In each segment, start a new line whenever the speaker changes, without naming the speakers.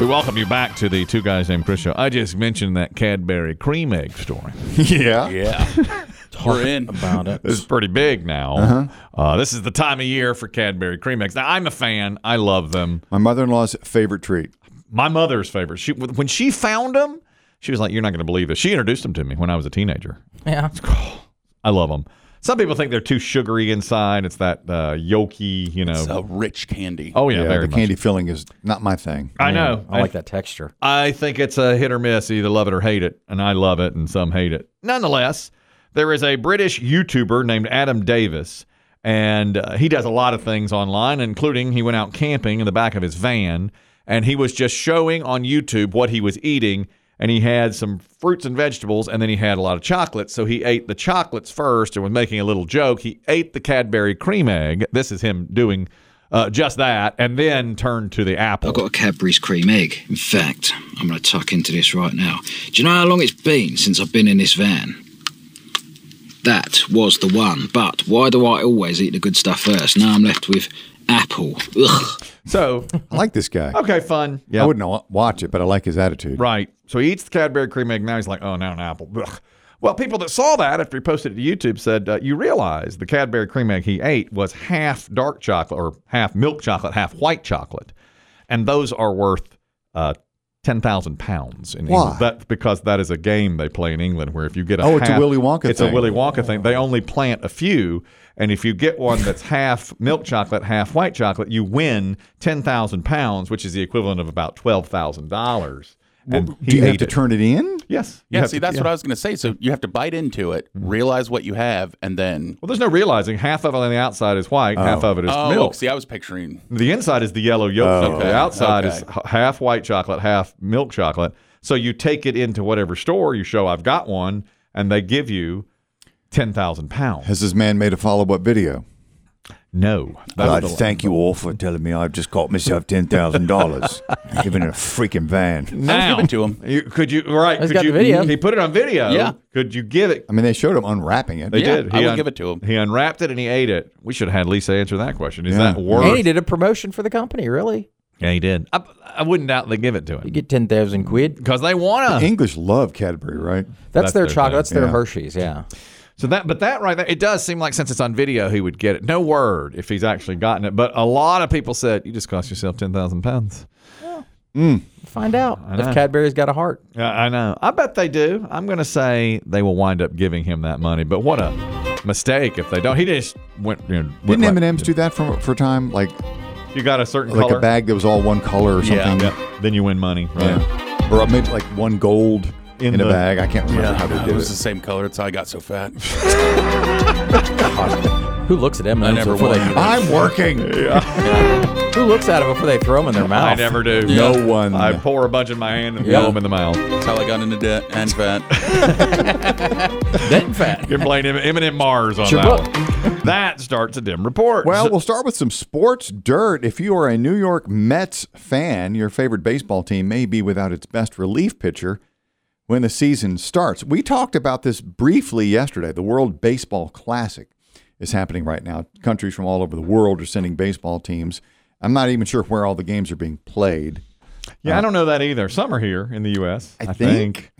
We welcome you back to the Two Guys Named Chris show. I just mentioned that Cadbury cream egg story.
Yeah.
Yeah. We're in.
About it.
It's pretty big now.
Uh-huh.
Uh, this is the time of year for Cadbury cream eggs. Now, I'm a fan. I love them.
My mother in law's favorite treat.
My mother's favorite. She, when she found them, she was like, "You're not going to believe this." She introduced them to me when I was a teenager.
Yeah.
I love them. Some people think they're too sugary inside. It's that uh, yolky, you know.
It's a rich candy.
oh yeah, very
the
much.
candy filling is not my thing.
I know.
I like that texture.
I think it's a hit or miss. Either love it or hate it, and I love it, and some hate it. Nonetheless, there is a British YouTuber named Adam Davis, and uh, he does a lot of things online, including he went out camping in the back of his van, and he was just showing on YouTube what he was eating. And he had some fruits and vegetables, and then he had a lot of chocolate. So he ate the chocolates first and was making a little joke. He ate the Cadbury cream egg. This is him doing uh, just that, and then turned to the apple.
I've got a Cadbury's cream egg. In fact, I'm going to tuck into this right now. Do you know how long it's been since I've been in this van? That was the one. But why do I always eat the good stuff first? Now I'm left with apple. Ugh.
So
I like this guy.
Okay, fun. Yeah.
I wouldn't wa- watch it, but I like his attitude.
Right. So he eats the Cadbury cream egg. Now he's like, oh, now an apple. Ugh. Well, people that saw that after he posted it to YouTube said, uh, you realize the Cadbury cream egg he ate was half dark chocolate or half milk chocolate, half white chocolate. And those are worth uh, 10,000 pounds in
Why?
England. That, because that is a game they play in England where if you get a
Oh, it's a
half-
Willy Wonka
It's a
thing.
Willy Wonka thing. They only plant a few. And if you get one that's half milk chocolate, half white chocolate, you win 10,000 pounds, which is the equivalent of about $12,000. And he
Do you have
ate
to
it.
turn it in?
Yes. You
Yeah,
have
see,
to-
that's
yeah. Mm-hmm.
what I was going to say. So you have to bite into it, realize what you have, and then.
Well, there's no realizing. Half of it on the outside is white, half of it is
Oh,
milk.
see, I was picturing.
The inside is the yellow yolk. stuff.
Okay,
The outside is
okay.
h- half white chocolate, half milk chocolate. So you take it into whatever store you show, I've got one, and they give you 10,000 pounds.
Has this man made a follow up video?
No. That's the-
thank you all for telling me I've just got myself ten thousand dollars, even in a freaking van.
I was
now,
giving to him.
You, could you, right?
He's
could
got
you,
the video.
He put it on video.
Yeah.
Could you give it?
I mean, they showed him unwrapping it.
They
Yeah,
did.
I would give it to him.
He unwrapped it and he ate it. We should have had Lisa answer that question. Is that worth?
And he did a promotion for the company, really.
Yeah, he did. I, I wouldn't doubt they give it to
You
him
get 10,000 quid.
because they want to.
English love Cadbury, right?
That's,
That's
their,
their
chocolate.
thing.
That's their
Yeah.
Hershey's, yeah.
So that, but that right there, it does seem like since it's on video, he would get it. No word if he's actually gotten it. But a lot of people said, you just cost yourself 10,000 pounds.
Find out if Cadbury's got a heart.
Yeah, I know. I bet they do. I'm going to say they will wind up giving him that money. But what a mistake if they don't. He just went, you know, went
Didn't
right-
M and M's do that for for a time, like
You got a certain
like
color.
a bag that was all one color or something?
Yep. Then you win money. Right.
Yeah. Or maybe like one gold
In
in,
the-
a bag. I can't remember how they
it
did
was the
it.
same color. That's how I got so fat.
Who looks at M&M's
I never
before they,
won.
I'm working.
Who looks at them before they throw them in their mouth?
I never do.
No one.
I pour a bunch in my hand and
Yeah.
blow them in the mouth.
That's how I got into debt and fat.
Then fat.
You can blame Eminem Mars on
Sure
that
will.
one. That starts a dim report.
Well, we'll start with some sports dirt. If you are a New York Mets fan, your favorite baseball team may be without its best relief pitcher when the season starts. We talked about this briefly yesterday. The World Baseball Classic is happening right now. Countries from all over the world are sending baseball teams. I'm not even sure where all the games are being played.
Yeah, I don't know that either. Some are here in the U.S.
uh, I think.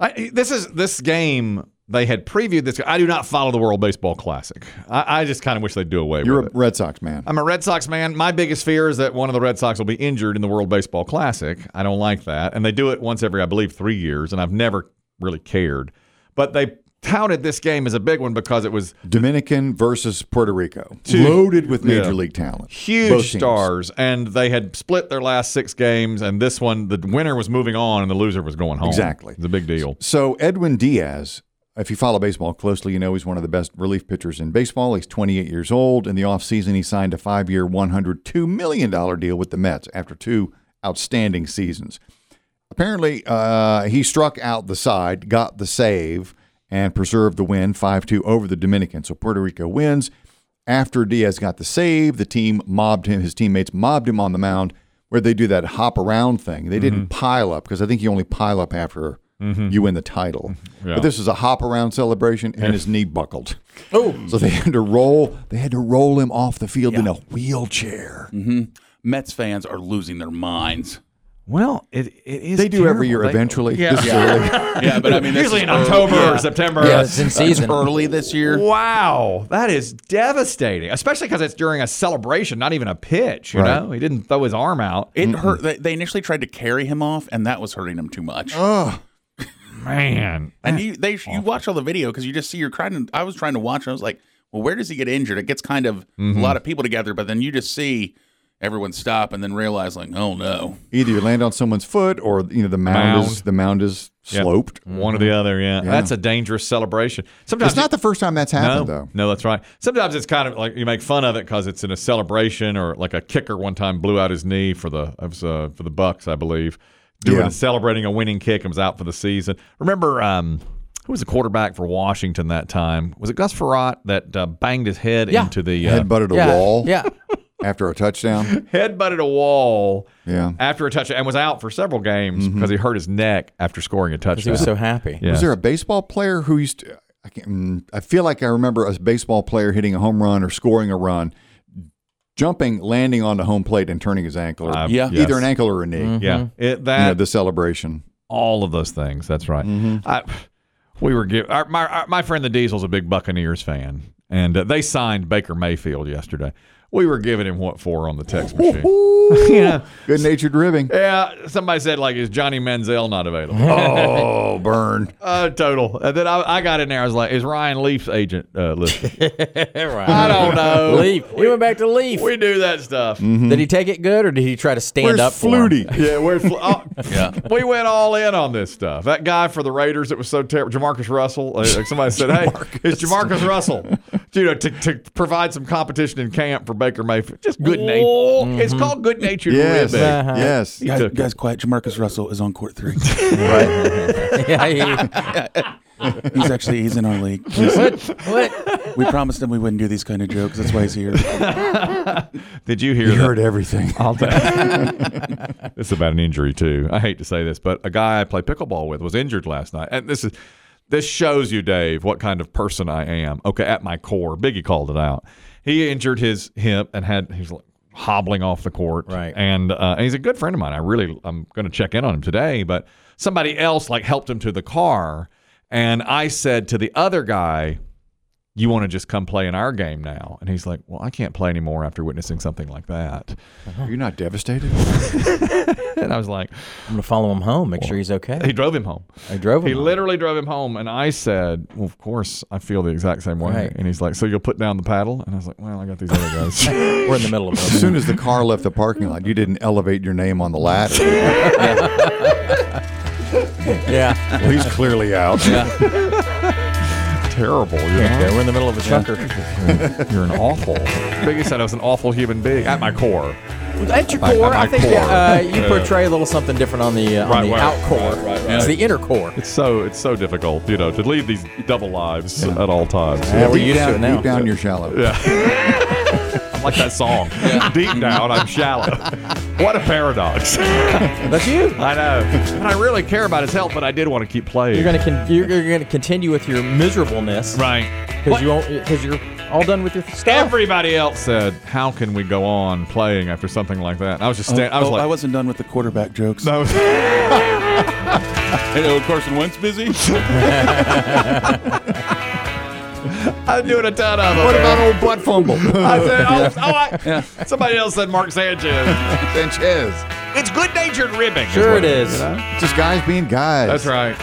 I, this is this game. They had previewed this. I do not follow the World Baseball Classic. I, I just kind of wish they'd do away
You're
with
a
it.
Red Sox man.
I'm a Red Sox man. My biggest fear is that one of the Red Sox will be injured in the World Baseball Classic. I don't like that. And they do it once every, I believe, three years, and I've never really cared. But they touted this game as a big one because it was
Dominican versus Puerto Rico.
Two-
Loaded with major
Yeah.
league talent. Both
huge
teams.
stars, and they had split their last six games, and this one, the winner was moving on, and the loser was going home.
Exactly.
It's a big deal.
So Edwin Diaz, if you follow baseball closely, you know he's one of the best relief pitchers in baseball. He's 28 years old. In the offseason, he signed a five-year, $102 million deal with the Mets after two outstanding seasons. Apparently, uh, he struck out the side, got the save, and preserved the win 5 2 over the Dominican. So Puerto Rico wins. After Diaz got the save, the team mobbed him, his teammates mobbed him on the mound where they do that hop around thing. They didn't
Mm-hmm.
pile up because I think you only pile up after you win the title.
Mm-hmm.
But this is a hop around celebration and his knee buckled. Oh. So they had to roll they had to roll him off the field in a wheelchair.
Mets fans are losing their minds.
Well, it, it is.
They do every year
terrible. They-
eventually.
Yeah.
This is early.
Yeah, but I mean, this
Usually
is
in
early-
October
yeah.
or September.
Yeah, it's in season.
early this year.
Wow, that is devastating, especially because it's during a celebration, not even a pitch. You
Right.
know, he didn't throw his arm out.
It hurt. They, they initially tried to carry him off, and that was hurting him too much.
Man,
and you they you watch all the video because you just see you're trying. To, I was trying to watch. And I was like, well, where does he get injured? It gets kind of
Mm-hmm.
a lot of people together, but then you just see everyone stop and then realize like, oh no,
Either you land on someone's foot or you know the mound, is
Mound.
the mound is
Yep.
sloped.
one or the other. Mm. Yeah. that's a dangerous celebration. Sometimes
It's not
you-
the first time that's
no,
happened though.
no, that's right. Sometimes it's kind of like you make fun of it because it's in a celebration, or like a kicker one time blew out his knee for the it was, uh, for the Bucks, I believe, doing
Yeah.
celebrating a winning kick and was out for the season. Remember, um, who was the quarterback for Washington that time? Was it Gus Ferrat that uh, banged his head
Yeah.
into the uh,
Headbutted a
yeah.
wall
Yeah.
after a touchdown.
headbutted a wall
Yeah.
after a touchdown and was out for several games because he hurt his neck after scoring a touchdown.
Because he was so happy.
Yeah.
Was there a baseball player who used to, I can't mm, I feel like I remember a baseball player hitting a home run or scoring a run, jumping, landing on the home plate and turning his ankle or
Uh,
Yeah.
yes.
either an ankle or a knee.
yeah, it, that
You know, the celebration.
all of those things. That's right. I, we were give, our, my our, my friend the Diesel's a big Buccaneers fan, and uh, they signed Baker Mayfield yesterday. We were giving him what for on the text machine. yeah,
Good natured ribbing.
yeah. Somebody said like, is Johnny Manziel not available?
Oh, burn.
Uh, total. And then I, I got in there. I was like, is Ryan Leaf's agent uh, listed?
I
don't know.
Leaf. He went back to Leaf.
we do that stuff.
Did he take it good or did he try to stand
Where's
up for him?
Flutie?
Yeah, we're fl- oh,
Yeah.
We went all in on this stuff. That guy for the Raiders that was so terrible, Jamarcus Russell. uh, like somebody said, "Hey, it's Jamarcus Russell." You know, to, to provide some competition in camp for Baker Mayfield. Just good nature. It's called good natured
Yes.
ribbing.
Uh-huh.
Yes.
guys,
took
guys, quiet. Jamarcus Russell is on court three.
yeah,
he's actually he's in our league.
he, what?
We promised him we wouldn't do these kind of jokes. That's why he's here.
Did you hear
You
that?
heard everything.
This is about an injury too. I hate to say this, but a guy I play pickleball with was injured last night, and this is this shows you, Dave, what kind of person I am. Okay, at my core, Biggie called it out. He injured his hip and had he's like hobbling off the court.
Right.
and, uh, and he's a good friend of mine. I really I'm going to check in on him today, but somebody else like helped him to the car, and I said to the other guy, you want to just come play in our game now? And he's like, well, I can't play anymore after witnessing something like that.
You're not devastated?
And I was like,
I'm gonna follow him home, make sure he's
he
okay.
drove him home.
I drove him.
He
home.
literally drove him home, and I said, "Well, of course, I feel the exact same way."
Right.
And he's like, "So you'll put down the paddle?" And I was like, "Well, I got these other guys."
We're in the middle of
As
it.
soon as the car left the parking lot, you didn't elevate your name on the ladder.
yeah.
Well, he's clearly out.
Terrible. You're,
yeah, we're in the middle of a trucker.
you're an awful. Biggie said I was an awful human being at my core.
At your
My-
core,
my
I think
core.
that, uh, you portray a little something different on the uh,
Right,
on the
right,
out core.
right, right, right.
It's the inner core.
It's so it's so difficult, you know, to lead these double lives at all times.
Yeah, we're
deep,
used to
down,
it now.
deep down, you're shallow.
I'm like that song. Deep down, I'm shallow. What a paradox.
That's you.
I know. And I really care about his health, but I did want to keep playing.
You're gonna con- you're, you're gonna continue with your miserableness
right.
because you won't because you're all done with your stuff.
Everybody else said, "How can we go on playing after something like that?" And I was just standing. I was
oh,
like,
I wasn't done with the quarterback jokes.
I was-
Hey, oh, Carson Wentz busy.
I'm doing a ton of them.
What about old butt fumble?
I said, oh, oh, I, somebody else said Mark Sanchez.
Sanchez.
It's good natured ribbing.
Sure
what
it is.
Just guys being guys.
That's right.